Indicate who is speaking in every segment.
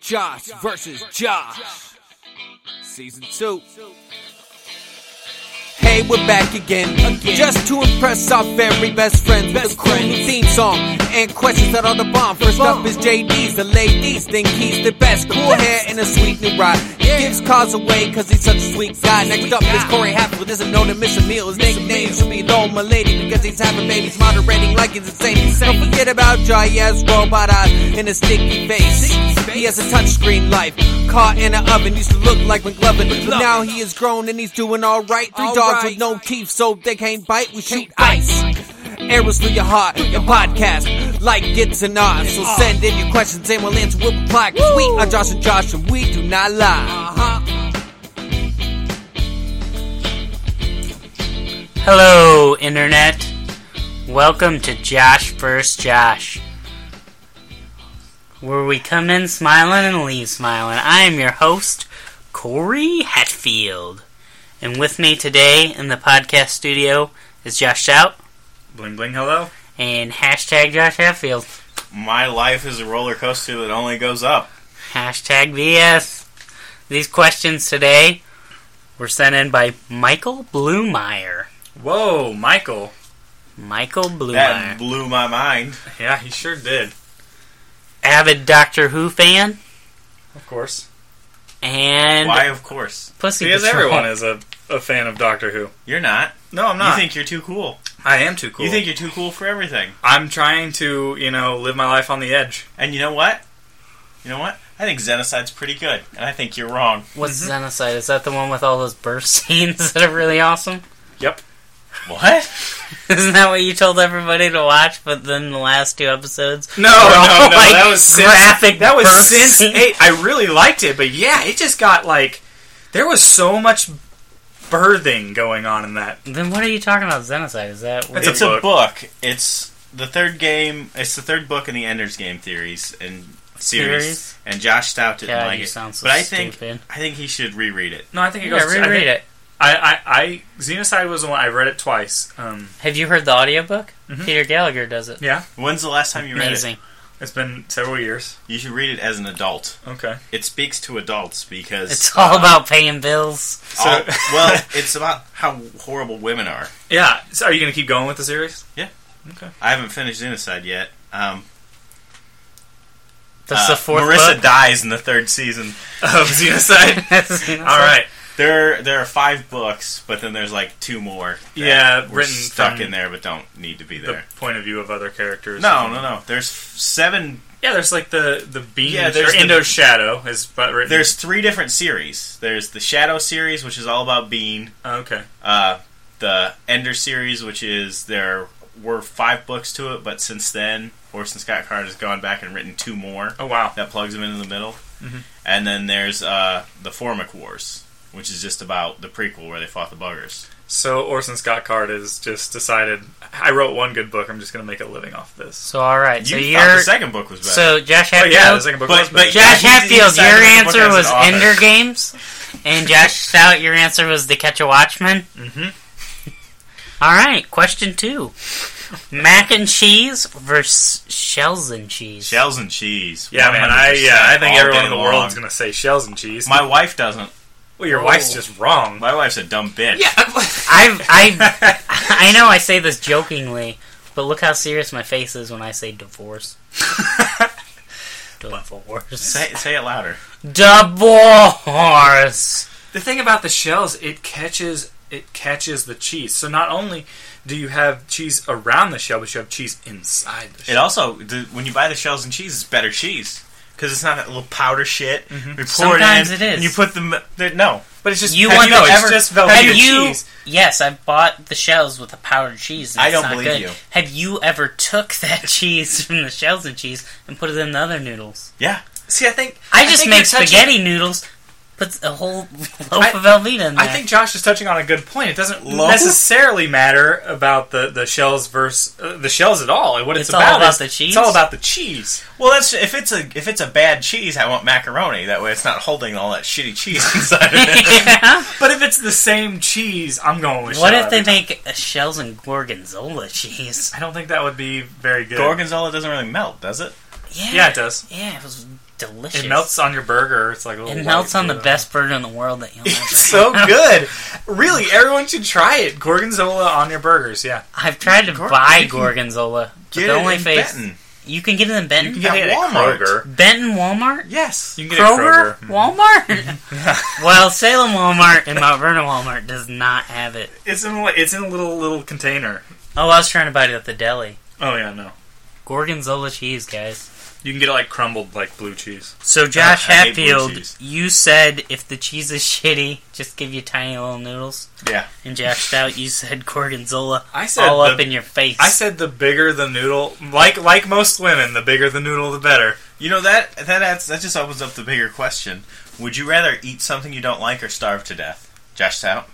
Speaker 1: Josh versus Josh. Season 2. Hey, we're back again. Just to impress our very best friends with a cool new theme song and questions that are the bomb. First up is JD's, the ladies think he's the best. Cool hair and a sweet new ride. He gives cars away cause he's such a sweet guy. Next up is Corey Hathaway, isn't known to miss a meal. His nickname should be Lord Milady because he's having babies moderating like he's insane. Don't forget about Jay ass robot eyes and a sticky face. He has a touchscreen life. Car in an oven used to look like McLovin, but now he is grown and he's doing alright. Three dogs
Speaker 2: right.
Speaker 1: with no teeth, so they can't bite. We shoot ice. Arrows through your heart, your podcast, like it's an art. So send in your questions and we'll answer with reply. Cause we are Josh and Josh and we do not lie.
Speaker 3: Hello, Internet. Welcome to Josh vs. Josh, where we come in smiling and leave smiling. I am your host, Corey Hatfield. And with me today in the podcast studio is Josh Shout
Speaker 4: Bling bling hello.
Speaker 3: and hashtag Josh Hatfield.
Speaker 4: My life is a roller coaster that only goes up.
Speaker 3: Hashtag BS. These questions today were sent in by Michael Blumeyer.
Speaker 2: Whoa, Michael.
Speaker 3: Michael
Speaker 4: That
Speaker 3: Blumeyer.
Speaker 4: blew my mind.
Speaker 2: Yeah, he sure did.
Speaker 3: Avid Doctor Who fan
Speaker 2: Of course.
Speaker 3: and
Speaker 4: Why, of course.
Speaker 3: Pussy
Speaker 2: Because
Speaker 3: Patrol.
Speaker 2: everyone is a, a fan of Doctor Who.
Speaker 4: You're not.
Speaker 2: No, I'm
Speaker 4: You
Speaker 2: not.
Speaker 4: think you're too cool.
Speaker 2: I am too cool.
Speaker 4: You think you're too cool for everything.
Speaker 2: I'm trying to, you know, live my life on the edge.
Speaker 4: And you know what? You know what? I think Xenocide's pretty good, and I think you're wrong.
Speaker 3: What's Xenocide? Is that the one with all those birth scenes that are really awesome?
Speaker 2: Yep.
Speaker 4: What?
Speaker 3: Isn't that what you told everybody to watch? But then the last two episodes,
Speaker 2: No,
Speaker 3: were all,
Speaker 2: Oh, no, no.
Speaker 3: like,
Speaker 2: that was since,
Speaker 3: graphic.
Speaker 2: that was
Speaker 3: birth
Speaker 2: since
Speaker 3: scenes.
Speaker 2: eight. I really liked it, but yeah, it just got like there was so much birthing going on in that.
Speaker 3: Then what are you talking about? Xenocide? Is that what
Speaker 2: It's a
Speaker 4: It's, a,
Speaker 2: book.
Speaker 4: book. It's the third game. It's the third book in the Ender's Game theories and series.
Speaker 3: Series?
Speaker 4: And Josh Stout didn't
Speaker 3: God,
Speaker 4: like
Speaker 3: you
Speaker 4: it.
Speaker 3: sound so
Speaker 4: but I think
Speaker 3: stupid.
Speaker 4: I think he should reread it.
Speaker 2: No, I think it
Speaker 3: Yeah,
Speaker 2: goes. I,
Speaker 3: reread
Speaker 2: think-
Speaker 3: it.
Speaker 2: I, I, I, Xenocide was the one I read it twice. Um,
Speaker 3: Have you heard the audiobook?
Speaker 2: Mhm.
Speaker 3: Peter Gallagher does it.
Speaker 2: yeah,
Speaker 4: When's the last time you read
Speaker 3: Amazing.
Speaker 2: it's been several years.
Speaker 4: it? You should read it as an adult.
Speaker 2: Okay,
Speaker 4: It speaks to adults because
Speaker 3: It's all about paying bills.
Speaker 2: so
Speaker 4: All- Oh, well, it's about how horrible women are.
Speaker 2: yeah. So are you going to keep going with the series?
Speaker 4: I haven't finished Xenocide yet. Um,
Speaker 3: That's
Speaker 4: uh,
Speaker 3: the fourth
Speaker 4: Marissa
Speaker 3: book.
Speaker 4: dies in the third season.
Speaker 2: Of Xenocide.
Speaker 3: Xenocide.
Speaker 2: All right.
Speaker 4: There, there are five books, but then there's like two more. that
Speaker 2: Yeah,
Speaker 4: were
Speaker 2: written
Speaker 4: stuck
Speaker 2: from
Speaker 4: in there, but don't need to be
Speaker 2: The
Speaker 4: there.
Speaker 2: point of view of other characters.
Speaker 4: No, no, no. There's f- seven.
Speaker 2: Yeah, there's like the the beam.
Speaker 4: Yeah, there's
Speaker 2: or
Speaker 4: the-
Speaker 2: Endo Shadow is but written.
Speaker 4: There's three different series. There's the Shadow series, which is all about Bean.
Speaker 2: oh, okay.
Speaker 4: Uh, the Ender series, which is there were five books to it, but since then, or since Scott Card has gone back and written two more.
Speaker 2: Oh wow.
Speaker 4: that plugs them in the middle.
Speaker 2: Mm-hmm.
Speaker 4: And then there's uh, the Formic Wars, which is just about the prequel where they fought the buggers.
Speaker 2: So Orson Scott Card has just decided. I wrote one good book. I'm just going to make a living off this.
Speaker 3: So all right.
Speaker 4: You
Speaker 3: so
Speaker 4: thought
Speaker 3: you're
Speaker 4: the second book was better.
Speaker 3: so Josh
Speaker 2: Oh
Speaker 3: Hatfield.
Speaker 2: yeah, the second book.
Speaker 4: But-
Speaker 2: was
Speaker 4: but-
Speaker 2: better.
Speaker 3: Josh
Speaker 4: Yeah, he's- he's
Speaker 3: Hatfield, your
Speaker 4: decided to
Speaker 3: answer
Speaker 4: work as
Speaker 3: was
Speaker 4: an author.
Speaker 3: Ender Games, and Josh Stout, your answer was The Catch a Watchman.
Speaker 4: Mm-hmm.
Speaker 2: Mhm.
Speaker 3: All right, question two: Mac and cheese versus shells and cheese.
Speaker 4: Shells and cheese.
Speaker 2: yeah, man. I
Speaker 4: 100%
Speaker 2: yeah, I think
Speaker 4: uh, all
Speaker 2: everyone
Speaker 4: day
Speaker 2: in the
Speaker 4: long.
Speaker 2: world's going to say shells and cheese.
Speaker 4: My wife doesn't.
Speaker 2: well, your wife's just wrong.
Speaker 4: My wife's a dumb bitch.
Speaker 3: I've, I, I know I say this jokingly, but look how serious my face is when I say divorce. divorce.
Speaker 4: Say, say it louder.
Speaker 3: Divorce.
Speaker 2: the thing about the shells, it catches it catches the cheese. So not only do you have cheese around the shell, but you have cheese inside the
Speaker 4: It
Speaker 2: shell.
Speaker 4: also, the, when you buy the shells and cheese, it's better cheese. Because it's not that little powder shit.
Speaker 2: Mm-hmm.
Speaker 4: We pour
Speaker 3: Sometimes
Speaker 4: it,
Speaker 3: it
Speaker 4: in,
Speaker 3: is.
Speaker 4: And you put them. There, no.
Speaker 2: But it's just
Speaker 3: You
Speaker 2: have
Speaker 3: want
Speaker 2: no,
Speaker 3: to
Speaker 2: it's
Speaker 3: ever-
Speaker 2: just
Speaker 3: Have
Speaker 2: Velveeta
Speaker 3: you?
Speaker 2: cheese.
Speaker 3: Yes, I bought the shells with the powdered cheese. And
Speaker 4: I
Speaker 3: it's
Speaker 4: don't
Speaker 3: not
Speaker 4: believe
Speaker 3: good.
Speaker 4: you.
Speaker 3: Have you ever took that cheese from the shells and cheese and put it in the other noodles?
Speaker 4: Yeah.
Speaker 2: See, I think
Speaker 3: I just
Speaker 2: think
Speaker 3: make
Speaker 2: you're touching-
Speaker 3: spaghetti noodles, put a whole loaf
Speaker 2: I-
Speaker 3: of Velveeta in there.
Speaker 2: I think Josh is touching on a good point. It doesn't
Speaker 4: Loaf?
Speaker 2: necessarily matter about the, the shells versus uh, the shells at all. What it's,
Speaker 3: It's all about
Speaker 2: is,
Speaker 3: the cheese?
Speaker 2: It's all about the cheese.
Speaker 4: Well, that's if it's a if it's a bad cheese, I want macaroni. That way, it's not holding all that shitty cheese inside of it.
Speaker 3: Yeah.
Speaker 2: But if it's the same cheese, I'm going with.
Speaker 3: What
Speaker 2: shell
Speaker 3: if they
Speaker 2: every time.
Speaker 3: make a shells and gorgonzola cheese?
Speaker 2: I don't think that would be very good.
Speaker 4: Gorgonzola doesn't really melt, does it?
Speaker 3: Yeah.
Speaker 2: Yeah, it does.
Speaker 3: Yeah, it was delicious.
Speaker 2: It melts on your burger. It's like a
Speaker 3: It
Speaker 2: little
Speaker 3: melts
Speaker 2: white,
Speaker 3: on the
Speaker 2: uh,
Speaker 3: best burger in the world that you'll ever
Speaker 2: It's so good. Really, everyone should try it. Gorgonzola on your burgers. Yeah,
Speaker 3: I've tried to
Speaker 4: Gor-
Speaker 3: buy
Speaker 4: you can
Speaker 3: Gorgonzola. but
Speaker 4: Get
Speaker 3: the
Speaker 4: it
Speaker 3: only
Speaker 4: in
Speaker 3: face
Speaker 4: Benton.
Speaker 3: you can get it in Benton.
Speaker 4: You can get it at
Speaker 2: Walmart.
Speaker 4: Kroger.
Speaker 3: Benton Walmart,
Speaker 4: Yes.
Speaker 2: You can get
Speaker 3: Kroger,
Speaker 2: it at Kroger.
Speaker 3: Walmart. well, Salem Walmart and Mount Vernon Walmart does not have it.
Speaker 2: It's in a, li- it's in a little little container.
Speaker 3: Oh, I was trying to buy it at the deli.
Speaker 2: Oh yeah, no.
Speaker 3: Gorgonzola cheese, guys.
Speaker 2: You can get it like crumbled like blue cheese.
Speaker 3: So Josh
Speaker 4: I hate blue
Speaker 3: Hatfield,
Speaker 4: cheese.
Speaker 3: you said if the cheese is shitty, just give you tiny little noodles.
Speaker 4: Yeah.
Speaker 3: And Josh Stout, you said gorgonzola
Speaker 2: I said
Speaker 3: all
Speaker 2: the-
Speaker 3: up in your face.
Speaker 2: I said the bigger the noodle, like like most women, the bigger the noodle, the better.
Speaker 4: You know that that adds, that just opens up the bigger question. Would you rather eat something you don't like or starve to death? Josh Stout.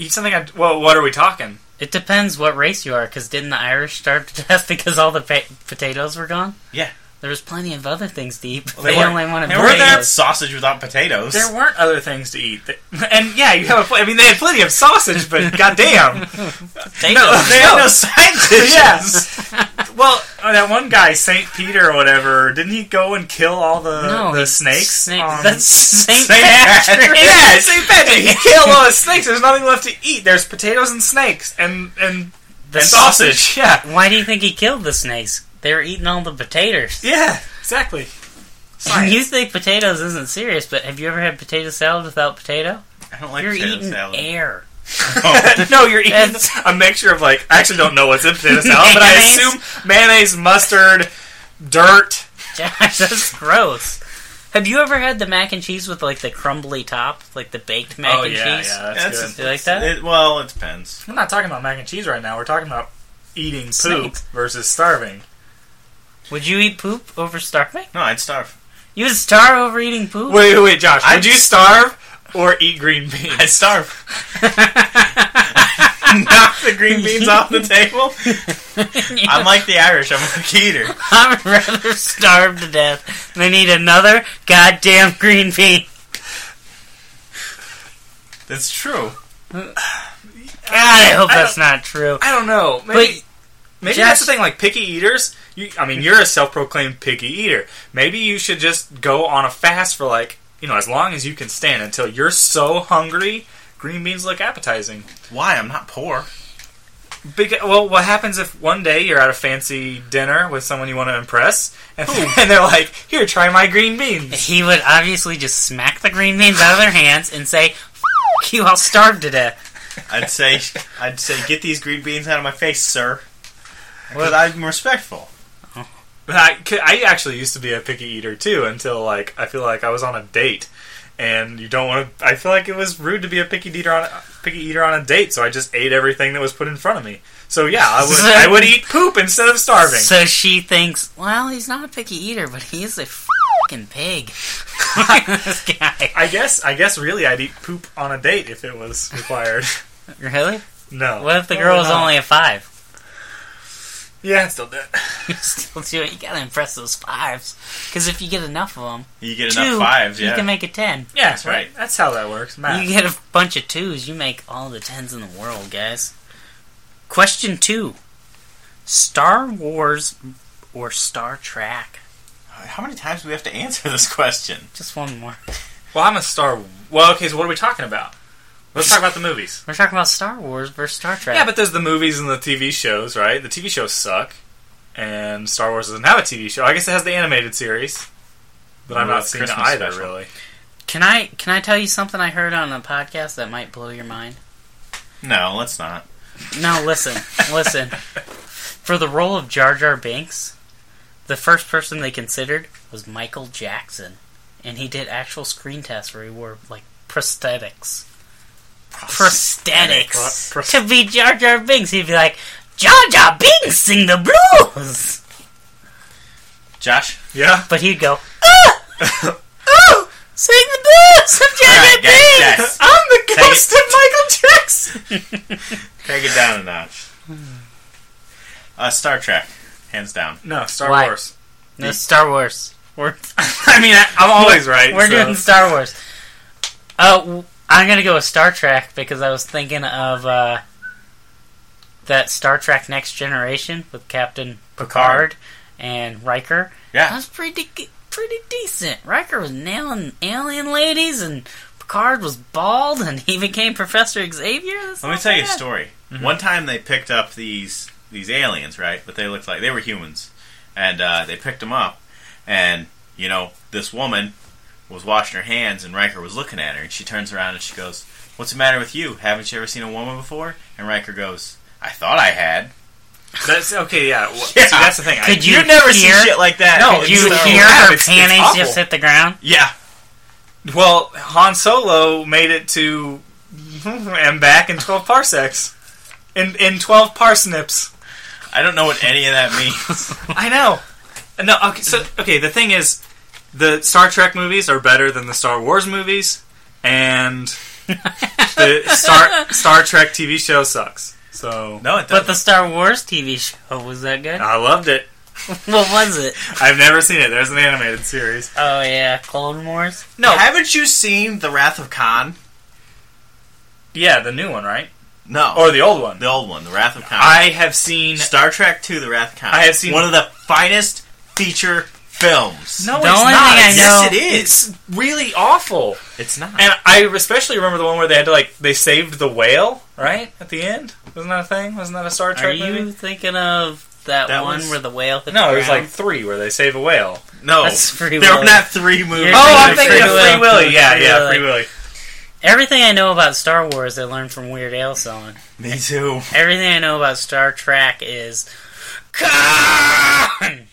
Speaker 2: Eat something. I, well, what are we talking?
Speaker 3: It depends what race you are, because didn't the Irish starve to death because all the pa- potatoes were gone?
Speaker 4: Yeah.
Speaker 3: There was plenty of other things to eat, but
Speaker 4: They
Speaker 3: they,
Speaker 4: were-
Speaker 3: only wanted
Speaker 4: They were that
Speaker 3: potatoes.
Speaker 4: sausage without potatoes.
Speaker 2: There weren't other things to eat, Th- and yeah, you have. A, pl- I mean, they had plenty of sausage, but goddamn,
Speaker 3: Potatoes.
Speaker 4: They had no side dishes.
Speaker 2: Yes. well, uh, that one guy, Saint Peter or whatever, didn't he go and kill all the the
Speaker 3: he's
Speaker 2: snakes? Um,
Speaker 3: Snake,
Speaker 2: on-
Speaker 3: that's Saint
Speaker 4: Saint
Speaker 3: Patrick.
Speaker 4: Patrick.
Speaker 2: yeah, Saint Patrick. He killed all the snakes. There's nothing left to eat. There's potatoes and snakes and and,
Speaker 3: The
Speaker 2: and sausage. Yeah,
Speaker 3: Why do you think he killed the snakes? They were eating all the potatoes.
Speaker 2: yeah, exactly.
Speaker 3: And
Speaker 2: Science.
Speaker 3: you think potatoes isn't serious, but have you ever had potato salad without potato?
Speaker 4: I don't like
Speaker 3: You're
Speaker 4: potato
Speaker 3: eating
Speaker 4: salad.
Speaker 3: air.
Speaker 2: no, you're eating
Speaker 3: That's-
Speaker 2: a mixture of like. I actually don't know what's in potato salad, but I
Speaker 3: Mayonnaise?
Speaker 2: assume mayonnaise, mustard, dirt.
Speaker 3: Josh, that's gross. Have you ever had the mac and cheese with like the crumbly top, like the baked mac
Speaker 2: oh
Speaker 3: and
Speaker 2: yeah,
Speaker 3: cheese?
Speaker 2: yeah, that's,
Speaker 4: That's
Speaker 2: good.
Speaker 3: You like that?
Speaker 4: It, well, it depends.
Speaker 2: We're not talking about mac and cheese right now. We're talking about eating poop
Speaker 3: Snakes.
Speaker 2: versus starving.
Speaker 3: Would you eat poop over starving?
Speaker 4: No, I'd starve.
Speaker 3: You would starve over eating poop.
Speaker 2: Wait, wait, wait, Josh.
Speaker 4: I'd-
Speaker 2: Would you starve or eat green beans?
Speaker 4: I'd starve. Knock the green beans off the table. I'm like the Irish. I'm a quick eater.
Speaker 3: I'd rather starve to death than eat another goddamn green bean.
Speaker 4: That's true.
Speaker 3: God, I hope
Speaker 2: I
Speaker 3: that's not true.
Speaker 2: I don't know. Maybe,
Speaker 3: But
Speaker 2: maybe
Speaker 3: Josh-
Speaker 2: that's the thing. Like picky eaters. You, I mean, you're a self-proclaimed picky eater. Maybe you should just go on a fast for like you know as long as you can stand until you're so hungry. Green beans look appetizing.
Speaker 4: Why? I'm not poor.
Speaker 2: Because, well, what happens if one day you're at a fancy dinner with someone you want to impress, and, and they're like, "Here, try my green beans."
Speaker 3: he would obviously just smack the green beans out of their hands and say, F you, I'll starve to death.
Speaker 4: I'd say, I'd say, get these green beans out of my face, sir. But I'm respectful.
Speaker 2: But I, c- I actually used to be a picky eater too until like I feel like I was on a date, and you don't want to. I feel like it was rude to be a picky eater on a picky eater on a date, so I just ate everything that was put in front of me. So yeah, I would I would eat poop instead of starving.
Speaker 3: So she thinks, well, he's not a picky eater, but he is a fucking pig. this guy.
Speaker 2: I guess I guess really I'd eat poop on a date if it was required.
Speaker 3: Really?
Speaker 2: No.
Speaker 3: What if the
Speaker 2: Probably
Speaker 3: girl was
Speaker 2: not.
Speaker 3: only a five?
Speaker 2: Yeah, it's still dead.
Speaker 3: You still do it. You gotta impress those fives. Because if you get enough of them,
Speaker 4: You get
Speaker 3: two,
Speaker 4: enough fives,
Speaker 3: you
Speaker 4: yeah.
Speaker 3: can make a ten.
Speaker 2: Yeah,
Speaker 4: That's right.
Speaker 2: That's how that works. Math.
Speaker 3: You get a bunch of twos, you make all the tens in the world, guys. Question two Star Wars or Star Trek?
Speaker 4: How many times do we have to answer this question?
Speaker 3: Just one more.
Speaker 2: Well, I'm a Star. Well, okay. So what are we talking about? Let's talk about the movies.
Speaker 3: We're talking about Star Wars versus Star Trek.
Speaker 2: Yeah, but there's the movies and the TV shows, right? The TV shows suck, and Star Wars doesn't have a TV show. I guess it has the animated series, but I'm
Speaker 4: Well,
Speaker 2: not
Speaker 4: it's
Speaker 2: seeing it
Speaker 4: Christmas
Speaker 2: either.
Speaker 4: special.
Speaker 2: Really,
Speaker 3: can I can I tell you something I heard on a podcast that might blow your mind?
Speaker 4: No, let's not.
Speaker 3: No, listen, listen. For the role of Jar Jar Binks, the first person they considered was Michael Jackson, and he did actual screen tests where he wore like prosthetics. Prosthetics.
Speaker 2: Pro- pros-
Speaker 3: to be Jar Jar Binks, he'd be like, Jar Jar Binks sing the blues,
Speaker 4: Josh,
Speaker 2: yeah.
Speaker 3: but he'd go, "Oh, oh, sing the blues of Jar Jar
Speaker 4: Alright, guys,
Speaker 3: Binks."
Speaker 4: guys.
Speaker 3: I'm the
Speaker 4: Take
Speaker 3: ghost of Michael Jackson.
Speaker 4: take it down a notch.
Speaker 2: Hmm.
Speaker 4: Uh, Star Trek, hands down.
Speaker 2: No, Star
Speaker 3: Why?
Speaker 2: Wars.
Speaker 3: No, Star Wars. We're
Speaker 2: I mean, I, I'm always right.
Speaker 3: We're
Speaker 2: so-
Speaker 3: doing Star Wars. Uh, w- I'm gonna go with Star Trek because I was thinking of uh, that Star Trek Next Generation with Captain Picard,
Speaker 4: Picard.
Speaker 3: and Riker. That
Speaker 4: Yeah.
Speaker 3: was pretty g- pretty decent. Riker was nailing alien ladies, and Picard was bald, and he became Professor Xavier. That's
Speaker 4: Let me
Speaker 3: not
Speaker 4: tell you a
Speaker 3: bad.
Speaker 4: story.
Speaker 2: Mm-hmm.
Speaker 4: One time they picked up these these aliens, right? But they looked like they were humans, and uh, they picked them up, and you know this woman was washing her hands, and Riker was looking at her, and she turns around and she goes, "What's the matter with you? Haven't you ever seen a woman before?" And Riker goes, "I thought I had."
Speaker 2: That's okay. Yeah. Well,
Speaker 4: Yeah.
Speaker 2: See, that's the thing.
Speaker 3: Could
Speaker 2: I,
Speaker 3: you
Speaker 4: You've never seen
Speaker 3: hear-
Speaker 4: shit like that.
Speaker 2: No,
Speaker 4: It's
Speaker 3: You
Speaker 2: So-
Speaker 3: hear
Speaker 2: Yeah,
Speaker 3: her
Speaker 2: it's- it's
Speaker 3: panties
Speaker 2: awful.
Speaker 3: just hit the ground.
Speaker 4: yeah,
Speaker 2: well, Han Solo made it to and back in twelve parsecs. In in twelve parsnips.
Speaker 4: I don't know what any of that means.
Speaker 2: I know. No, okay, so okay, the thing is the Star Trek movies are better than the Star Wars movies and the Star Star Trek TV show sucks. So
Speaker 4: no, it doesn't.
Speaker 3: But the Star Wars TV show was that good?
Speaker 2: I loved it.
Speaker 3: What was it?
Speaker 2: I've never seen it. There's an animated series.
Speaker 3: Oh yeah, Clone Wars.
Speaker 4: no, haven't you seen the Wrath of Khan?
Speaker 2: Yeah, the new one, right?
Speaker 4: No,
Speaker 2: Or the old one.
Speaker 4: the old one, the Wrath of Khan.
Speaker 2: I have seen
Speaker 4: Star Trek II: The Wrath of Khan.
Speaker 2: I have seen-
Speaker 4: one of the finest feature films.
Speaker 2: No,
Speaker 3: The
Speaker 2: it's
Speaker 3: only
Speaker 2: not.
Speaker 3: thing I
Speaker 2: yes,
Speaker 3: know-
Speaker 2: it is. It's really awful.
Speaker 4: it's not.
Speaker 2: And I especially remember the one where they had to like they saved the whale, right? At the end, wasn't that a thing? Wasn't that a Star
Speaker 3: Are
Speaker 2: Trek
Speaker 3: you
Speaker 2: movie?
Speaker 3: thinking of that,
Speaker 4: That
Speaker 3: one
Speaker 4: was-
Speaker 3: where the whale hit
Speaker 2: No,
Speaker 3: the
Speaker 2: it was
Speaker 3: ground?
Speaker 2: like three where they save a whale.
Speaker 4: no,
Speaker 3: That's Free
Speaker 4: there
Speaker 3: Willy.
Speaker 4: were not three movies.
Speaker 3: Oh,
Speaker 2: Oh, I'm
Speaker 3: Free
Speaker 2: thinking of
Speaker 3: Willy.
Speaker 2: Free Willy. Yeah,
Speaker 3: Free
Speaker 2: yeah,
Speaker 3: Willy.
Speaker 2: Free Willy.
Speaker 3: Everything I know about Star Wars, I learned from Weird Al song.
Speaker 4: me too.
Speaker 3: Everything I know about Star Trek is Khan.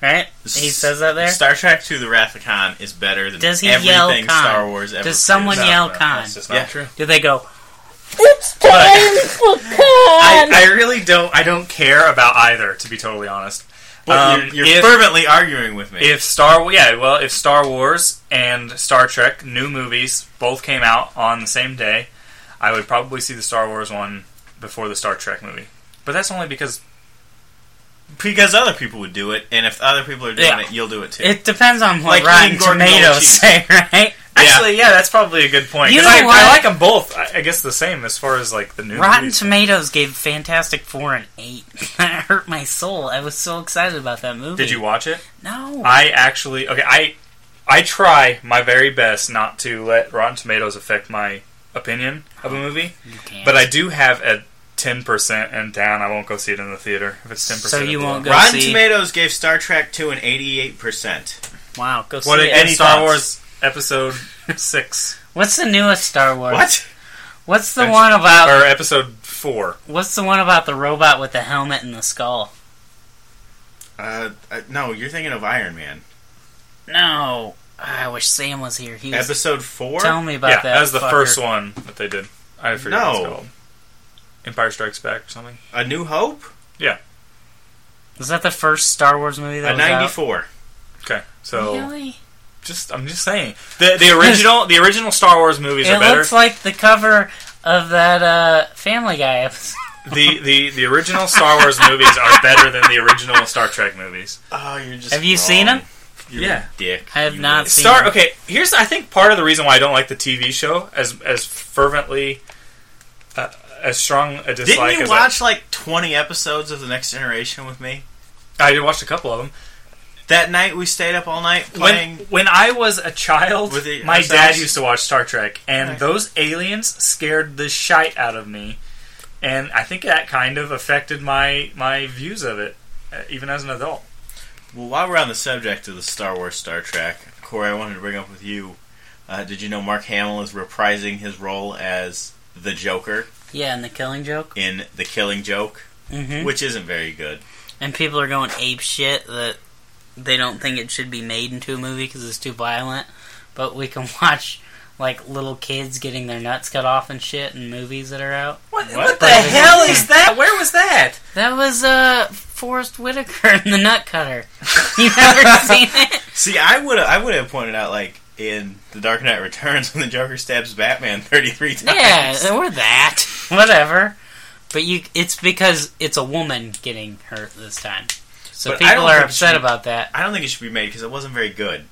Speaker 3: Right? He says that there.
Speaker 4: Star Trek II: The Wrath of Khan is better than
Speaker 3: Does he
Speaker 4: everything
Speaker 3: yell Khan?
Speaker 4: Star Wars ever.
Speaker 3: Does someone
Speaker 4: produced.
Speaker 3: yell Khan?
Speaker 2: That's just
Speaker 4: Yeah.
Speaker 2: not true.
Speaker 3: Do they go?
Speaker 2: I, I really don't. I don't care about either, to be totally honest.
Speaker 4: But
Speaker 2: Um,
Speaker 4: you're, you're
Speaker 2: if-
Speaker 4: fervently arguing with me.
Speaker 2: If Star, yeah, well, if Star Wars and Star Trek new movies both came out on the same day, I would probably see the Star Wars one before the Star Trek movie. But that's only because
Speaker 4: because other people would do it, and if other people are doing
Speaker 3: Yeah.
Speaker 4: it, you'll do it too.
Speaker 3: It depends on what
Speaker 4: Like
Speaker 3: Rotten
Speaker 4: eating Gordon
Speaker 3: Tomatoes
Speaker 4: Ramsay.
Speaker 3: say, right?
Speaker 2: actually, yeah, that's probably a good point.
Speaker 3: You
Speaker 2: 'Cause
Speaker 3: know
Speaker 2: I,
Speaker 3: what?
Speaker 2: I like them both. I, I guess the same as far as like the new
Speaker 3: Rotten
Speaker 2: movies.
Speaker 3: Tomatoes gave Fantastic Four an eight. that hurt my soul. I was so excited about that movie.
Speaker 2: Did you watch it?
Speaker 3: No.
Speaker 2: I actually okay. I I try my very best not to let Rotten Tomatoes affect my opinion of a movie,
Speaker 3: You can't.
Speaker 2: but I do have a ten percent and down. I won't go see it in the theater if it's ten
Speaker 3: So
Speaker 2: percent.
Speaker 3: you won't go
Speaker 4: Rotten
Speaker 3: see.
Speaker 4: Tomatoes gave Star Trek II an 88 percent.
Speaker 3: wow, go
Speaker 2: What
Speaker 3: see
Speaker 2: did
Speaker 3: it.
Speaker 2: any
Speaker 4: any
Speaker 2: Star
Speaker 4: thoughts?
Speaker 2: Wars episode six
Speaker 3: What's the newest Star Wars?
Speaker 4: What?
Speaker 3: What's the
Speaker 2: That's-
Speaker 3: one about?
Speaker 2: or episode four?
Speaker 3: What's the one about the robot with the helmet and the skull?
Speaker 4: Uh, uh, no, you're thinking of Iron Man.
Speaker 3: No, Ah, I wish Sam was here. He was
Speaker 4: Episode four.
Speaker 3: telling me about
Speaker 2: yeah,
Speaker 3: that.
Speaker 2: that was the
Speaker 3: fucker.
Speaker 2: first one that they did. I forget what it's
Speaker 4: No.
Speaker 2: called. Empire Strikes Back or something.
Speaker 4: A New Hope.
Speaker 3: Was that the first Star Wars movie that
Speaker 4: A
Speaker 3: was out?
Speaker 4: 94.
Speaker 2: Okay, so
Speaker 3: Really?
Speaker 2: just I'm just saying the the original the original Star Wars movies
Speaker 3: It
Speaker 2: are better.
Speaker 3: looks like the cover of that uh, Family Guy episode.
Speaker 2: the the the original Star Wars movies are better than the original Star Trek movies.
Speaker 4: Oh, you're just.
Speaker 3: Have you seen
Speaker 4: wrong.
Speaker 3: him?
Speaker 4: You're
Speaker 2: Yeah.
Speaker 4: a dick.
Speaker 3: I have
Speaker 4: you
Speaker 3: not
Speaker 4: little-
Speaker 3: seen-
Speaker 2: Star okay, here's I think part of the reason why I don't like the TV show as as fervently uh, as strong a dislike
Speaker 4: Didn't you
Speaker 2: as I-
Speaker 4: watch like 20 episodes of The Next Generation with me?
Speaker 2: I, did watch a couple of them.
Speaker 4: That night we stayed up all night
Speaker 2: When
Speaker 4: playing.
Speaker 2: when I was a child,
Speaker 4: With the-
Speaker 2: my dad
Speaker 4: ourselves?
Speaker 2: used to watch Star Trek, and
Speaker 4: Nice.
Speaker 2: those aliens scared the shite out of me, and I think that kind of affected my my views of it, uh, even as an adult.
Speaker 4: Well, while we're on the subject of the Star Wars Star Trek, Corey, I wanted to bring up with you. Uh, did you know Mark Hamill is reprising his role as the Joker
Speaker 3: Yeah, and the Killing Joke.
Speaker 4: in The Killing Joke,
Speaker 3: hmm
Speaker 4: which isn't very good?
Speaker 3: And people are going ape shit that they don't think it should be made into a movie because it's too violent. But we can watch like little kids getting their nuts cut off and shit in movies that are out.
Speaker 2: What,
Speaker 4: what
Speaker 3: the hell
Speaker 2: is that? Where was that?
Speaker 3: That was uh Forrest Whitaker and the Nut Cutter. You never seen it?
Speaker 4: See, I would I would have pointed out like in The Dark Knight Returns when the Joker stabs Batman 33 times.
Speaker 3: Yeah, or that. Whatever. But you, it's because it's a woman getting hurt this time. So
Speaker 4: But I
Speaker 3: people
Speaker 4: don't
Speaker 3: are
Speaker 4: think it
Speaker 3: upset
Speaker 4: should-
Speaker 3: about that.
Speaker 4: I don't think it should be made because it wasn't very good.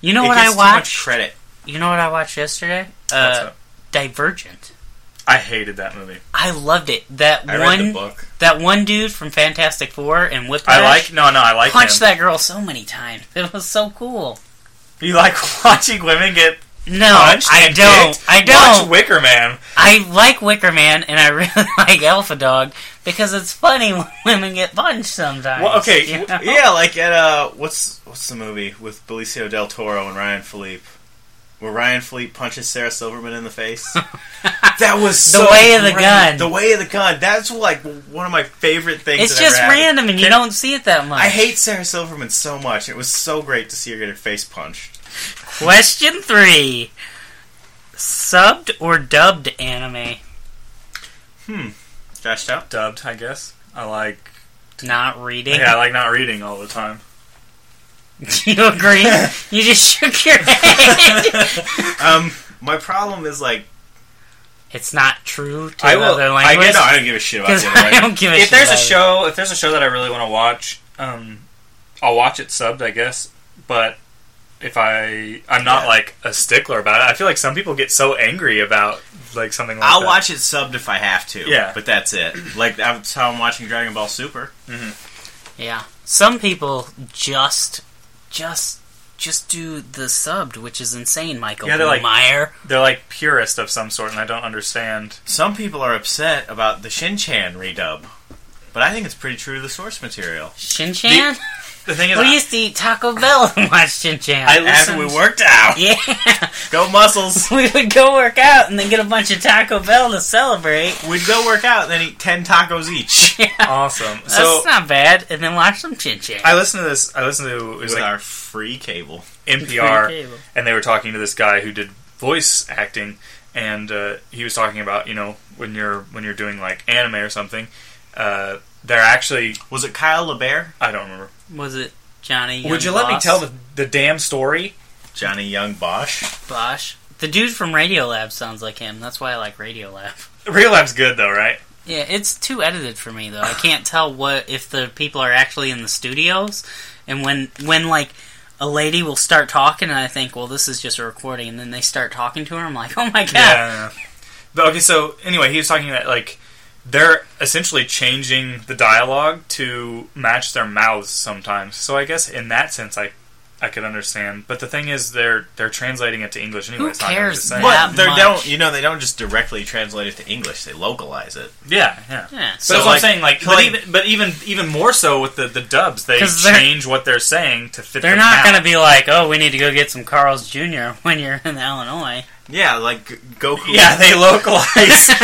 Speaker 3: You know
Speaker 4: it
Speaker 3: what
Speaker 4: gets
Speaker 3: I
Speaker 4: too much
Speaker 3: watched?
Speaker 4: credit.
Speaker 3: You know what I watched yesterday?
Speaker 2: What's
Speaker 3: Uh,
Speaker 2: up?
Speaker 3: Divergent.
Speaker 2: I hated that movie.
Speaker 3: I loved it. That
Speaker 4: I read the
Speaker 3: one,
Speaker 4: book.
Speaker 3: that one dude from Fantastic Four and Whiplash.
Speaker 2: I like no, no, I like
Speaker 3: punched
Speaker 2: him.
Speaker 3: that girl so many times. It was so cool.
Speaker 2: You like watching women get
Speaker 3: No,
Speaker 2: punched?
Speaker 3: I
Speaker 2: and
Speaker 3: don't.
Speaker 2: kicked?
Speaker 3: I
Speaker 2: Watch
Speaker 3: don't.
Speaker 2: Wicker Man.
Speaker 3: I like Wicker Man and I really like Alpha Dog because it's funny when women get punched sometimes.
Speaker 2: Well, okay,
Speaker 3: you know?
Speaker 4: Yeah, like at uh, what's what's the movie with Benicio del Toro and Ryan Philippe, where Ryan Philippe punches Sarah Silverman in the face. that was
Speaker 3: The
Speaker 4: so
Speaker 3: Way of the
Speaker 4: great.
Speaker 3: Gun.
Speaker 4: The way of the gun. That's like one of my favorite things.
Speaker 3: It's
Speaker 4: that
Speaker 3: just
Speaker 4: ever happened.
Speaker 3: random and you
Speaker 4: Can-
Speaker 3: don't see it that much.
Speaker 4: I hate Sarah Silverman so much. It was so great to see her get her face punched.
Speaker 3: Question three: Subbed or dubbed anime?
Speaker 4: Josh out.
Speaker 2: Dubbed, I guess. I like.
Speaker 3: Not reading.
Speaker 2: Yeah, I like not reading all the time.
Speaker 3: Do you agree? you just shook your head.
Speaker 4: Um, my problem is like
Speaker 3: it's not true to
Speaker 2: I will-
Speaker 3: another
Speaker 2: I
Speaker 4: I,
Speaker 3: language.
Speaker 4: get, no, I don't give a shit about
Speaker 3: Because
Speaker 4: the
Speaker 3: I
Speaker 4: other way.
Speaker 3: don't give a
Speaker 2: If
Speaker 3: shit
Speaker 2: there's a
Speaker 3: about it.
Speaker 2: show, if there's a show that I really want to watch, um, I'll watch it subbed, I guess. But if I, I'm not
Speaker 4: Yeah.
Speaker 2: like a stickler about it. I feel like some people get so angry about like something like
Speaker 4: I'll
Speaker 2: that.
Speaker 4: watch it subbed if I have to.
Speaker 2: Yeah.
Speaker 4: but that's it. Like that's how I'm watching Dragon Ball Super.
Speaker 3: Yeah. Some people just, just, just do the subbed, which is insane, Michael
Speaker 2: Yeah, they're like-
Speaker 3: Meyer.
Speaker 2: They're like purist of some sort, and I don't understand.
Speaker 4: Some people are upset about the Shin Chan redub, but I think it's pretty true to the source material.
Speaker 3: Shin Chan?
Speaker 2: The thing is,
Speaker 3: We
Speaker 2: I-
Speaker 3: used to eat Taco Bell and watch Shin Chan.
Speaker 2: I
Speaker 4: After
Speaker 2: listened-
Speaker 4: we worked out,
Speaker 3: yeah.
Speaker 4: go muscles.
Speaker 3: we would go work out and then get a bunch of Taco Bell to celebrate.
Speaker 4: We'd go work out, then eat ten tacos each
Speaker 2: awesome.
Speaker 3: That's
Speaker 2: So
Speaker 3: not bad. And then watch some Shin Chan.
Speaker 2: I listened to this. I listened to it was
Speaker 4: with
Speaker 2: like
Speaker 4: our free cable.
Speaker 2: NPR.
Speaker 3: Free cable.
Speaker 2: and they were talking to this guy who did voice acting, and uh, he was talking about you know when you're when you're doing like anime or something, uh, they're actually
Speaker 4: Was it Kyle LeBear?
Speaker 2: I don't remember.
Speaker 3: Was it Johnny? Young
Speaker 2: Would you let me
Speaker 3: Boss?
Speaker 2: tell the, the damn story?
Speaker 4: Johnny Young Bosch.
Speaker 3: Bosch? The dude from Radiolab sounds like him. That's why I like Radiolab.
Speaker 2: Real Lab's good though, right?
Speaker 3: Yeah, it's too edited for me though. I can't tell what if the people are actually in the studios and when when like a lady will start talking and I think, well, this is just a recording and then they start talking to her. I'm like, "Oh my god."
Speaker 2: yeah. But okay, so anyway, he was talking about like they're essentially changing the dialogue to match their mouths sometimes. So I guess in that sense, I I could understand. But the thing is, they're they're translating it to English anyway.
Speaker 3: Who
Speaker 2: it's not gonna
Speaker 3: cares
Speaker 2: be the same.
Speaker 3: That
Speaker 4: But they
Speaker 3: much.
Speaker 4: don't. You know, they don't just directly translate it to English. They localize it.
Speaker 2: Yeah, yeah.
Speaker 3: Yeah.
Speaker 2: But
Speaker 3: So,
Speaker 4: So-
Speaker 2: that's what I'm
Speaker 4: like-
Speaker 2: saying. Like,
Speaker 4: so
Speaker 2: but,
Speaker 4: like-
Speaker 2: even, but even even more so with the, the dubs, they
Speaker 3: 'Cause they're-
Speaker 2: change what they're saying to fit.
Speaker 3: they're
Speaker 2: the
Speaker 3: not
Speaker 2: map.
Speaker 3: going to be like, "Oh, we need to go get some Carl's Jr." when you're in Illinois.
Speaker 4: Yeah, like G- Goku.
Speaker 2: Yeah, they localize for Illinois.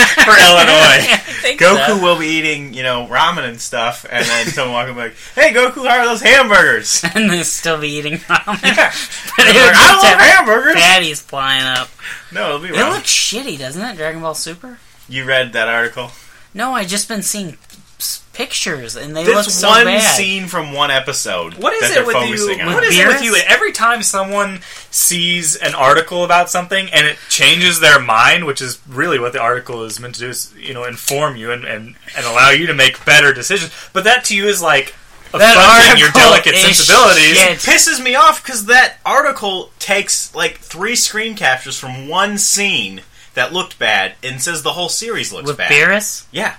Speaker 3: I think
Speaker 4: Goku
Speaker 3: so.
Speaker 4: will be eating, you know, ramen and stuff, and then someone walking like, "Hey, Goku, how are those hamburgers?"
Speaker 3: and they still be eating ramen.
Speaker 4: Yeah.
Speaker 3: but it
Speaker 4: They're
Speaker 3: would
Speaker 4: like, I
Speaker 3: just
Speaker 4: don't love
Speaker 3: have
Speaker 4: hamburgers.
Speaker 3: patties flying up.
Speaker 4: No, it'll be
Speaker 3: It
Speaker 4: ramen.
Speaker 3: looks shitty, doesn't it? Dragon Ball Super.
Speaker 4: You read that article.
Speaker 3: No, I just been seeing s- pictures and they look
Speaker 4: This
Speaker 3: so
Speaker 4: one
Speaker 3: bad.
Speaker 4: scene from one episode.
Speaker 2: What is
Speaker 4: that
Speaker 2: it
Speaker 4: they're
Speaker 2: with
Speaker 4: focusing
Speaker 2: you?
Speaker 4: On.
Speaker 2: What is it with
Speaker 3: Beerus?
Speaker 2: you? Every time someone sees an article about something and it changes their mind, which is really what the article is meant to do, is you know inform you and, and, and allow you to make better decisions. But that to you is like
Speaker 3: That
Speaker 2: affronting your
Speaker 3: article
Speaker 2: delicate
Speaker 3: is
Speaker 2: sensibilities.
Speaker 3: shit.
Speaker 4: It pisses me off because that article takes like three screen captures from one scene that looked bad and says the whole series looks
Speaker 3: with
Speaker 4: bad.
Speaker 3: Beerus.
Speaker 4: Yeah.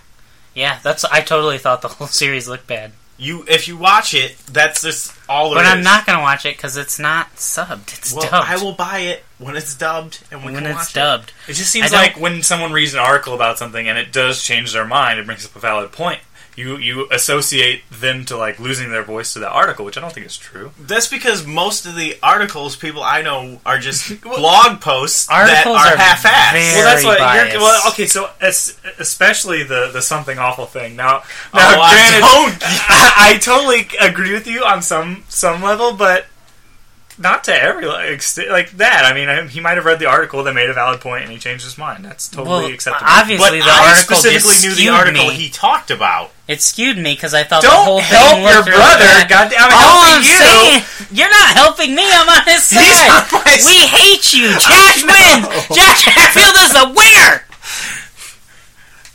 Speaker 3: Yeah, that's. I totally thought the whole series looked bad,
Speaker 4: You if you watch it, that's just all there
Speaker 3: but I'm
Speaker 4: is.
Speaker 3: not gonna watch it because it's not subbed. It's
Speaker 4: Well,
Speaker 3: dubbed.
Speaker 4: I will buy it when it's dubbed and we
Speaker 3: when
Speaker 4: can
Speaker 3: it's
Speaker 4: watch
Speaker 3: dubbed.
Speaker 2: It just
Speaker 3: I
Speaker 2: seems
Speaker 3: don't-
Speaker 2: like when someone reads an article about something and it does change their mind, it brings up a valid point. You you associate them to like losing their voice to that article, which I don't think is true.
Speaker 4: it. That's because most of the articles people I know are just blog posts that
Speaker 3: Articles
Speaker 4: are,
Speaker 3: are
Speaker 4: half-assed.
Speaker 3: very-
Speaker 2: Well, that's what
Speaker 3: biased.
Speaker 2: you're. Well, okay, so es- especially the the something awful thing. Now,
Speaker 4: Oh,
Speaker 2: now
Speaker 4: I
Speaker 2: granted,
Speaker 4: don't-
Speaker 2: I, I totally agree with you on some some level, but not to every like, extent like that. I mean, I, he might have read the article that made a valid point and he changed his mind. That's totally
Speaker 3: well,
Speaker 2: acceptable.
Speaker 4: But
Speaker 3: obviously the
Speaker 4: I
Speaker 3: article
Speaker 4: specifically
Speaker 3: just
Speaker 4: knew the
Speaker 3: skewed
Speaker 4: article
Speaker 3: me.
Speaker 4: he talked about.
Speaker 3: It skewed me because I thought the
Speaker 2: Don't
Speaker 3: whole
Speaker 2: help
Speaker 3: thing
Speaker 2: your
Speaker 3: looked really
Speaker 2: brother.
Speaker 3: bad.
Speaker 2: Goddamn, it,
Speaker 3: All
Speaker 2: helping
Speaker 3: I'm
Speaker 2: you.
Speaker 3: saying, you're not helping me. I'm on his
Speaker 4: He's
Speaker 3: side.
Speaker 4: on my
Speaker 3: we hate you. Josh wins. Josh Hatfield is the winner.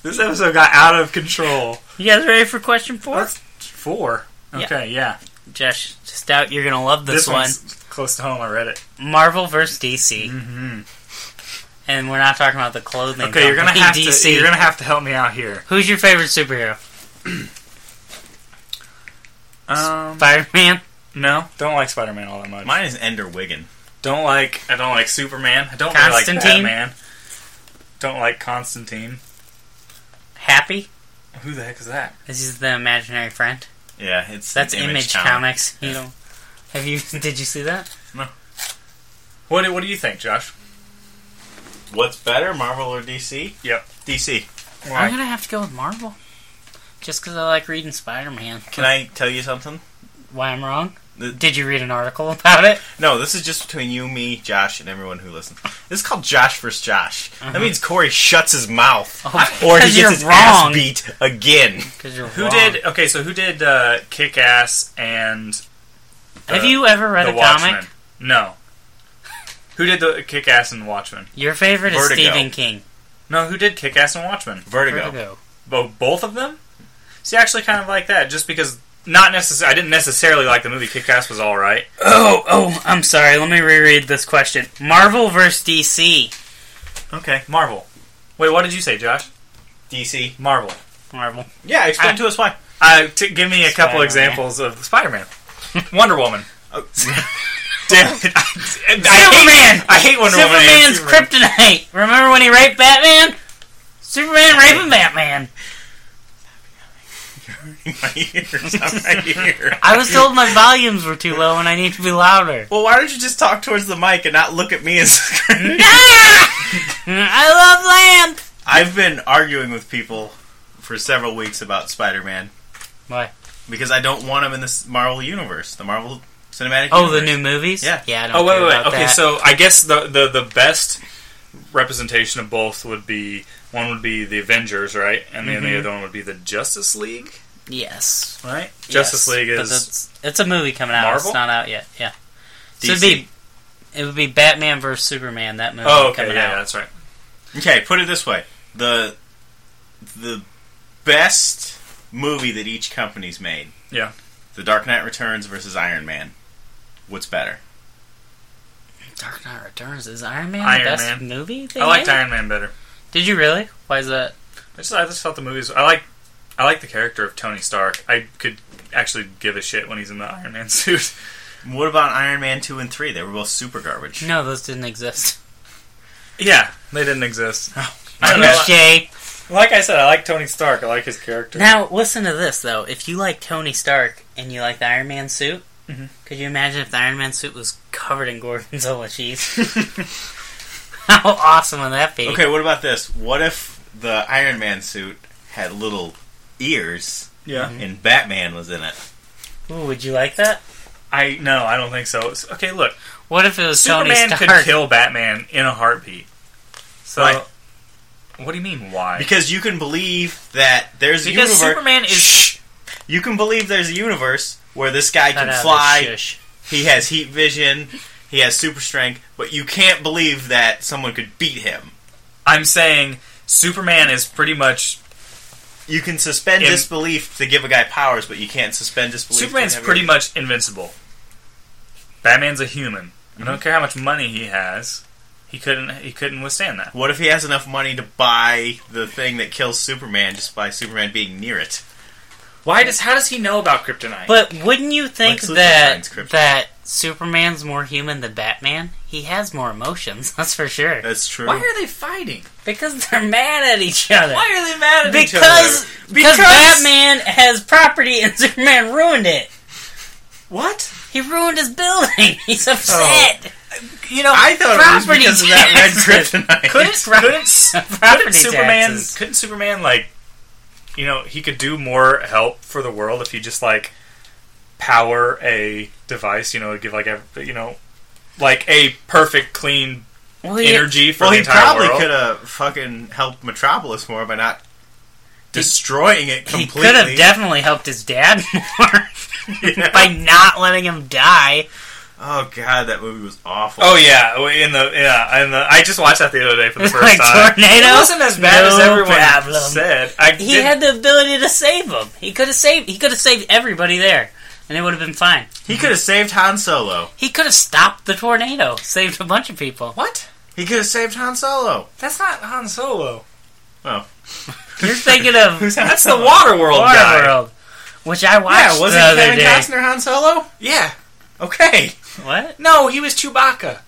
Speaker 2: This episode got out of control.
Speaker 3: You guys ready for question four?
Speaker 2: That's four. Okay, yeah.
Speaker 3: Josh, just doubt you're gonna love this, one.
Speaker 2: one's close to home. I read it.
Speaker 3: Marvel vs. DC. and we're not talking about the clothing.
Speaker 2: Mm-hmm. Okay, you're gonna
Speaker 3: company,
Speaker 2: have
Speaker 3: DC.
Speaker 2: to you're gonna have to help me out here.
Speaker 3: Who's your favorite superhero?
Speaker 2: Um,
Speaker 3: Spider Man.
Speaker 2: no, don't like Spider-Man all that much.
Speaker 4: Mine is Ender Wiggin.
Speaker 2: Don't like I don't like Superman. I don't
Speaker 3: Constantine?
Speaker 2: really like Batman. Don't like Constantine.
Speaker 3: Happy.
Speaker 2: Who the heck is that?
Speaker 3: This is the imaginary friend.
Speaker 4: Yeah, it's
Speaker 3: That's
Speaker 4: it's
Speaker 3: Image,
Speaker 4: Comics.
Speaker 3: Comics. You know. Have you? Did you see that?
Speaker 2: What do, What do you think, Josh?
Speaker 4: What's better, Marvel or DC?
Speaker 2: Yep.
Speaker 4: DC.
Speaker 3: I'm gonna have to go with Marvel, just because I like reading Spider Man.
Speaker 4: Can I tell you something?
Speaker 3: Why I'm wrong?
Speaker 4: The-
Speaker 3: Did you read an article about it?
Speaker 4: No, this is just between you, me, Josh, and everyone who listens. This is called Josh versus Josh. That means Corey shuts his mouth, or
Speaker 3: because Mm-hmm.
Speaker 4: he
Speaker 3: Oh, you're
Speaker 4: gets his
Speaker 3: wrong.
Speaker 4: ass beat again.
Speaker 3: Because you're
Speaker 2: Who
Speaker 3: wrong.
Speaker 2: did? Okay, so who did uh, Kick Ass and
Speaker 3: Have
Speaker 2: the-
Speaker 3: you ever read
Speaker 2: the
Speaker 3: a
Speaker 2: Watchmen?
Speaker 3: comic?
Speaker 2: No. Who did the Kick Ass and Watchmen?
Speaker 3: Your favorite is
Speaker 4: Vertigo.
Speaker 3: Stephen King.
Speaker 2: No, who did Kick Ass and Watchmen?
Speaker 4: Vertigo.
Speaker 3: Vertigo.
Speaker 2: Bo- both of them? See, I actually kind of like that, just because not necessarily. I didn't necessarily like the movie. Kick Ass was all right.
Speaker 3: Oh, oh, I'm sorry. Let me reread this question. Marvel versus DC.
Speaker 4: Okay,
Speaker 2: Marvel. Wait, what did you say, Josh?
Speaker 4: DC.
Speaker 2: Marvel.
Speaker 3: Marvel.
Speaker 4: Yeah, explain
Speaker 2: I-
Speaker 4: to us why.
Speaker 2: Uh, t- give me a couple
Speaker 3: Spider-Man.
Speaker 2: examples of Spider-Man, Wonder Woman.
Speaker 4: Oh,
Speaker 2: Damn it! I,
Speaker 3: Superman!
Speaker 2: hate, I hate Wonder Woman. and
Speaker 3: Superman's
Speaker 2: Superman.
Speaker 3: kryptonite. Remember when he raped Batman? Superman raping Batman.
Speaker 4: my ears, I'm right here.
Speaker 3: I was told my volumes were too low and I need to be louder.
Speaker 4: Well, why don't you just talk towards the mic and not look at me as?
Speaker 3: Ah! I love land.
Speaker 4: I've been arguing with people for several weeks about Spider-Man
Speaker 3: Why?
Speaker 4: because I don't want him in this Marvel universe, the Marvel Cinematic.
Speaker 3: Oh,
Speaker 4: universe.
Speaker 3: the new movies.
Speaker 4: Yeah.
Speaker 3: Yeah. I don't
Speaker 2: Oh wait,
Speaker 3: care
Speaker 2: wait, wait.
Speaker 3: about
Speaker 2: Okay,
Speaker 3: that.
Speaker 2: so I guess the, the the best representation of both would be one would be the Avengers, right, and then the other one would be the Justice League,
Speaker 3: yes.
Speaker 2: Mm-hmm. right? Justice
Speaker 3: Yes,
Speaker 2: League
Speaker 3: but
Speaker 2: is
Speaker 3: that's- it's a movie coming out.
Speaker 2: Marvel?
Speaker 3: It's not out yet. Yeah. So it'd
Speaker 4: DC.
Speaker 3: be it would be Batman versus Superman. That movie
Speaker 2: oh okay,
Speaker 3: coming
Speaker 2: yeah,
Speaker 3: out.
Speaker 2: that's right.
Speaker 4: Okay, put it this way: the the best movie that each company's made.
Speaker 2: Yeah.
Speaker 4: The Dark Knight Returns versus Iron Man. What's better?
Speaker 3: Dark Knight Returns is Iron Man
Speaker 2: Iron
Speaker 3: the best
Speaker 2: Man.
Speaker 3: movie. They
Speaker 2: I liked
Speaker 3: made?
Speaker 2: Iron Man better.
Speaker 3: Did you really? Why is that?
Speaker 2: I just I just felt the movies. I like I like the character of Tony Stark. I could actually give a shit when he's in the Iron Man suit.
Speaker 4: What about Iron Man two and three? They were both super garbage.
Speaker 3: No, those didn't exist.
Speaker 2: yeah, they didn't exist. I don't know.
Speaker 3: Okay.
Speaker 2: Like I said, I like Tony Stark. I like his character.
Speaker 3: Now listen to this though. If you like Tony Stark and you like the Iron Man suit,
Speaker 2: Mhm.
Speaker 3: could you imagine if the Iron Man suit was covered in gorgonzola cheese? How awesome would that be?
Speaker 4: Okay, what about this? What if the Iron Man suit had little ears
Speaker 2: Yeah.
Speaker 4: and Batman was in it?
Speaker 3: Ooh, would you like that?
Speaker 2: I no, I don't think so. It's- Okay, look,
Speaker 3: What if it was
Speaker 2: Superman
Speaker 3: Tony Stark?
Speaker 2: could kill Batman in a heartbeat. So,
Speaker 4: Why?
Speaker 2: what do you mean? Why?
Speaker 4: Because you can believe that there's a
Speaker 2: Because
Speaker 4: universe.
Speaker 2: Superman is-
Speaker 4: Shh! You can believe there's a universe where this guy
Speaker 3: Cut
Speaker 4: can
Speaker 3: out
Speaker 4: fly.
Speaker 3: the shush.
Speaker 4: He has heat vision. He has super strength, but you can't believe that someone could beat him.
Speaker 2: I'm saying Superman is pretty much
Speaker 4: You can suspend
Speaker 2: Im-
Speaker 4: disbelief to give a guy powers, but you can't suspend disbelief. to
Speaker 2: Superman's
Speaker 4: have
Speaker 2: pretty
Speaker 4: it-
Speaker 2: much invincible. Batman's a human. I don't care how much money he has. He couldn't. He couldn't withstand that.
Speaker 4: What if he has enough money to buy the thing that kills Superman just by Superman being near it?
Speaker 2: Why does? How does he know about kryptonite?
Speaker 3: But wouldn't you think
Speaker 4: Lex Luthor
Speaker 3: that
Speaker 4: finds kryptonite.
Speaker 3: that Superman's more human than Batman? He has more emotions, that's for sure.
Speaker 2: Uh,
Speaker 4: That's true.
Speaker 2: why are they fighting?
Speaker 3: Because they're mad at each other.
Speaker 2: Why are they mad at each other?
Speaker 3: Because because Batman has property and Superman ruined it.
Speaker 2: What?
Speaker 3: He ruined his building. He's
Speaker 2: Oh.
Speaker 3: upset.
Speaker 2: You know,
Speaker 4: I thought it was
Speaker 3: Property
Speaker 4: because of that red kryptonite.
Speaker 2: couldn't
Speaker 3: Right.
Speaker 2: couldn't, s-
Speaker 3: Property
Speaker 2: couldn't Superman
Speaker 3: taxes.
Speaker 2: couldn't Superman like you know he could do more help for the world if he just like power a device you know give like a you know like a perfect clean
Speaker 3: Well, he-
Speaker 2: energy for
Speaker 4: Well,
Speaker 2: the
Speaker 4: he
Speaker 2: entire
Speaker 4: probably
Speaker 2: world.
Speaker 4: could have fucking helped Metropolis more by not destroying it
Speaker 3: he
Speaker 4: completely.
Speaker 3: could have definitely helped his dad more by not letting him die.
Speaker 4: oh god, that movie was awful.
Speaker 2: Oh yeah, in the yeah, in the I just watched that the other day for the first
Speaker 3: Like
Speaker 2: time.
Speaker 3: tornadoes?
Speaker 2: It wasn't as bad
Speaker 3: No
Speaker 2: as everyone
Speaker 3: problem.
Speaker 2: said. I
Speaker 3: He
Speaker 2: did-
Speaker 3: had the ability to save him. He could have saved. He could have saved everybody there, and it would have been fine.
Speaker 4: he could have saved Han Solo.
Speaker 3: He could have stopped the tornado, saved a bunch of people.
Speaker 2: what?
Speaker 4: He could have saved Han Solo.
Speaker 2: That's not Han Solo.
Speaker 4: Well,
Speaker 3: You're thinking of
Speaker 4: who's Han
Speaker 2: That's the
Speaker 4: Solo?
Speaker 2: Waterworld guy.
Speaker 3: Waterworld, which I watched
Speaker 4: Yeah,
Speaker 3: the
Speaker 4: wasn't
Speaker 3: other
Speaker 4: Kevin
Speaker 3: day.
Speaker 4: Costner Han Solo?
Speaker 2: Yeah.
Speaker 4: Okay.
Speaker 3: What?
Speaker 2: No, he was Chewbacca.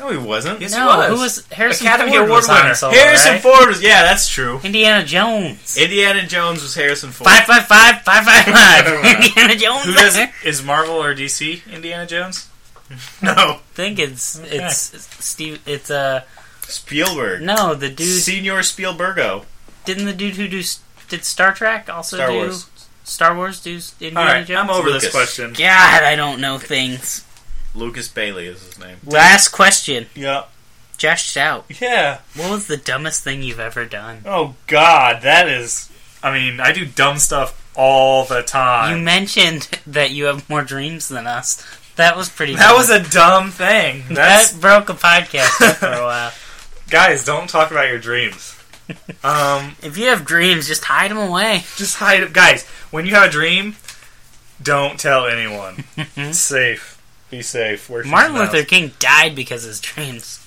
Speaker 4: No, he wasn't.
Speaker 2: Yes,
Speaker 3: no,
Speaker 2: he was.
Speaker 3: who was Harrison
Speaker 2: Academy
Speaker 3: Ford
Speaker 2: Award
Speaker 3: was Han
Speaker 2: winner.
Speaker 3: Solo,
Speaker 4: Harrison
Speaker 3: right?
Speaker 4: Ford was. Yeah, that's true.
Speaker 3: Indiana Jones.
Speaker 4: Indiana Jones was Harrison Ford.
Speaker 3: Five five five five five five. Indiana Jones.
Speaker 2: Who does? Is Marvel or DC Indiana Jones?
Speaker 4: No,
Speaker 3: I think it's it's it's Steve. It's uh
Speaker 4: Spielberg.
Speaker 3: no the dude
Speaker 4: Senior Spielbergo.
Speaker 3: didn't the dude who do did Star Trek also
Speaker 4: Star
Speaker 3: do
Speaker 4: Wars.
Speaker 3: Star Wars do Indiana
Speaker 2: All right,
Speaker 3: Jones?
Speaker 2: I'm over
Speaker 4: Lucas.
Speaker 2: this question.
Speaker 3: God, I don't know things.
Speaker 4: Lucas Bailey is his name.
Speaker 3: Last question,
Speaker 2: Yeah.
Speaker 3: Josh Stout.
Speaker 2: Yeah.
Speaker 3: What was the dumbest thing you've ever done?
Speaker 2: Oh God, that is. I mean, I do dumb stuff all the
Speaker 3: You
Speaker 2: time.
Speaker 3: mentioned that you have more dreams than us. That was pretty.
Speaker 2: that
Speaker 3: dumb.
Speaker 2: was a dumb thing. That's
Speaker 3: that broke a podcast up for a while.
Speaker 2: guys. Don't talk about your dreams. Um,
Speaker 3: If you have dreams, just hide them away.
Speaker 2: just hide it, guys. When you have a dream, don't tell anyone. it's safe. Be safe. Worship
Speaker 3: Martin
Speaker 2: the mouse.
Speaker 3: Luther King died because of his dreams.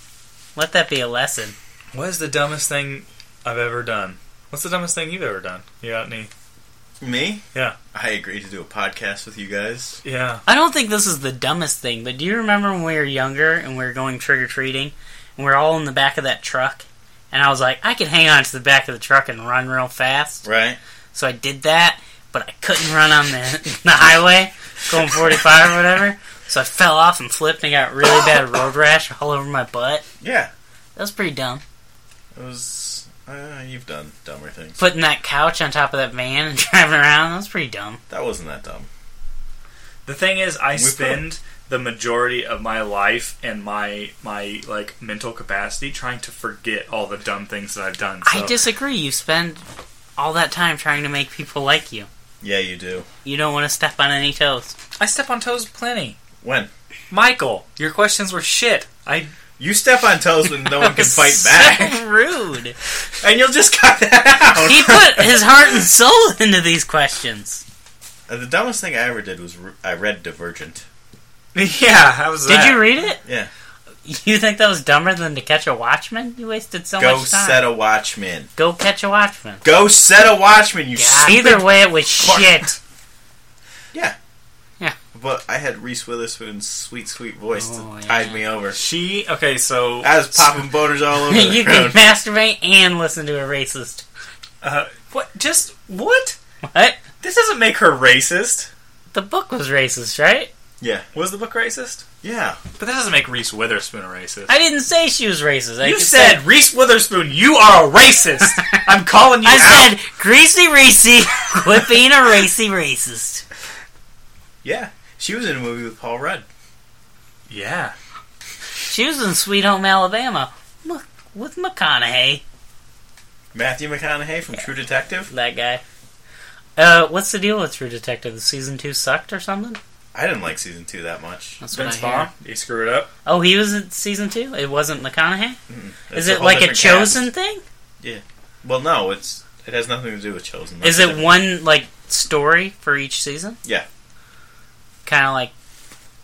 Speaker 3: Let that be a lesson.
Speaker 2: What is the dumbest thing I've ever done? What's the dumbest thing you've ever done? You got any?
Speaker 4: Me?
Speaker 2: Yeah.
Speaker 4: I agreed to do a podcast with you guys.
Speaker 2: Yeah.
Speaker 3: I don't think this is the dumbest thing, but do you remember when we were younger and we were going trick or treating and we are all in the back of that truck? And I was like, I could hang on to the back of the truck and run real fast.
Speaker 4: Right?
Speaker 3: So I did that, but I couldn't run on the, the highway going 45 or whatever. So I fell off and flipped and got really bad road rash all over my butt.
Speaker 4: Yeah.
Speaker 3: That was pretty dumb.
Speaker 4: It was. Uh, you've done dumber things.
Speaker 3: Putting that couch on top of that van and driving around, that was pretty dumb.
Speaker 4: That wasn't that dumb.
Speaker 2: The thing is, I
Speaker 4: put-
Speaker 2: spend the majority of my life and my my like mental capacity trying to forget all the dumb things that I've done. So.
Speaker 3: I disagree. You spend all that time trying to make people like you.
Speaker 4: Yeah, you do.
Speaker 3: You don't want to step on any toes.
Speaker 2: I step on toes plenty.
Speaker 4: When?
Speaker 2: Michael, your questions were shit. I
Speaker 4: You step on toes when no one can fight back.
Speaker 3: So rude.
Speaker 4: and you'll just cut that out.
Speaker 3: He put his heart and soul into these questions.
Speaker 4: Uh, The dumbest thing I ever did was re- I read Divergent.
Speaker 2: yeah, I was.
Speaker 3: Did
Speaker 2: that.
Speaker 3: you read it?
Speaker 4: Yeah.
Speaker 3: You think that was dumber than to catch a watchman? You wasted so
Speaker 4: Go
Speaker 3: much time.
Speaker 4: set a watchman.
Speaker 3: Go catch a watchman.
Speaker 4: Go set a watchman. You
Speaker 3: God,
Speaker 4: stupid.
Speaker 3: either way, it was shit.
Speaker 4: Yeah.
Speaker 3: Yeah.
Speaker 4: But I had Reese Witherspoon's sweet, sweet voice
Speaker 3: Oh,
Speaker 4: to
Speaker 3: yeah.
Speaker 4: tide me over.
Speaker 2: She okay. So
Speaker 4: I was popping boners all over the
Speaker 3: you can
Speaker 4: ground.
Speaker 3: masturbate and listen to a racist.
Speaker 2: uh, what? Just what?
Speaker 3: What?
Speaker 2: This doesn't make her racist.
Speaker 3: The book was racist, right?
Speaker 4: Yeah.
Speaker 2: Was the book racist?
Speaker 4: Yeah.
Speaker 2: But that doesn't make Reese Witherspoon a racist.
Speaker 3: I didn't say she was racist. I
Speaker 2: you
Speaker 3: just
Speaker 2: said Reese Witherspoon, you are a racist. I'm calling you
Speaker 3: I
Speaker 2: out.
Speaker 3: said, Greasy Reese, quit being a racy racist.
Speaker 4: Yeah. She was in a movie with Paul Rudd.
Speaker 2: yeah.
Speaker 3: She was in Sweet Home Alabama Look, with McConaughey,
Speaker 4: Matthew McConaughey from True Detective.
Speaker 3: that guy. Uh, what's the deal with True Detective? The season two sucked or something?
Speaker 4: I didn't like season two that much.
Speaker 3: That's
Speaker 2: Vince
Speaker 3: what I hear.
Speaker 2: Vaughn, you screw it up.
Speaker 3: Oh, he was in season two. It wasn't McConaughey.
Speaker 4: It's
Speaker 3: Is it
Speaker 4: whole
Speaker 3: like a
Speaker 4: different
Speaker 3: chosen
Speaker 4: cast.
Speaker 3: thing?
Speaker 4: Well, no. It's it has nothing to do with chosen.
Speaker 3: Is
Speaker 4: That's
Speaker 3: it
Speaker 4: different.
Speaker 3: one like story for each season?
Speaker 4: Yeah.
Speaker 3: Kind of like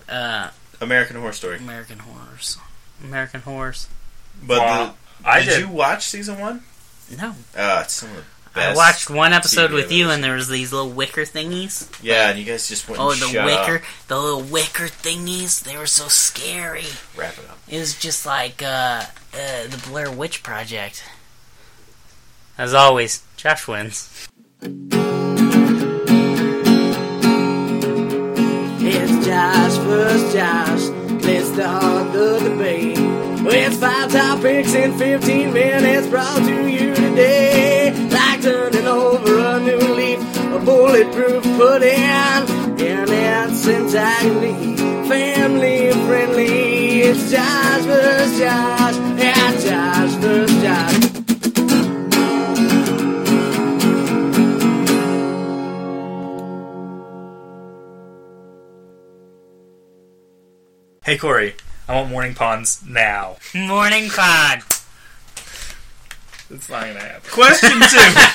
Speaker 3: uh,
Speaker 4: American Horror Story?
Speaker 3: American Horrors. American Horrors.
Speaker 4: But
Speaker 2: Wow.
Speaker 4: the,
Speaker 2: I
Speaker 4: did,
Speaker 2: did.
Speaker 4: you watch season one?
Speaker 3: No,
Speaker 4: Uh, it's some of the
Speaker 3: I
Speaker 4: best.
Speaker 3: watched one episode
Speaker 4: TV
Speaker 3: with
Speaker 4: I've
Speaker 3: you,
Speaker 4: ever
Speaker 3: and there was these little wicker thingies.
Speaker 4: Yeah, and you guys just went.
Speaker 3: Oh,
Speaker 4: and
Speaker 3: the
Speaker 4: shut
Speaker 3: wicker,
Speaker 4: Up.
Speaker 3: the little wicker thingies. They were so scary.
Speaker 4: Wrap it up.
Speaker 3: It was just like uh, uh, the Blair Witch Project. As always, Josh wins.
Speaker 5: It's Josh versus Josh. Let's start the debate. It's five topics in 15 minutes brought to you today. Like turning over a new leaf, a bulletproof pudding. In its entirety, family friendly. It's Josh versus Josh. Yeah, Josh versus Josh.
Speaker 2: Hey Corey, I want morning ponds now.
Speaker 3: Morning pod.
Speaker 2: It's not gonna happen.
Speaker 4: Question two.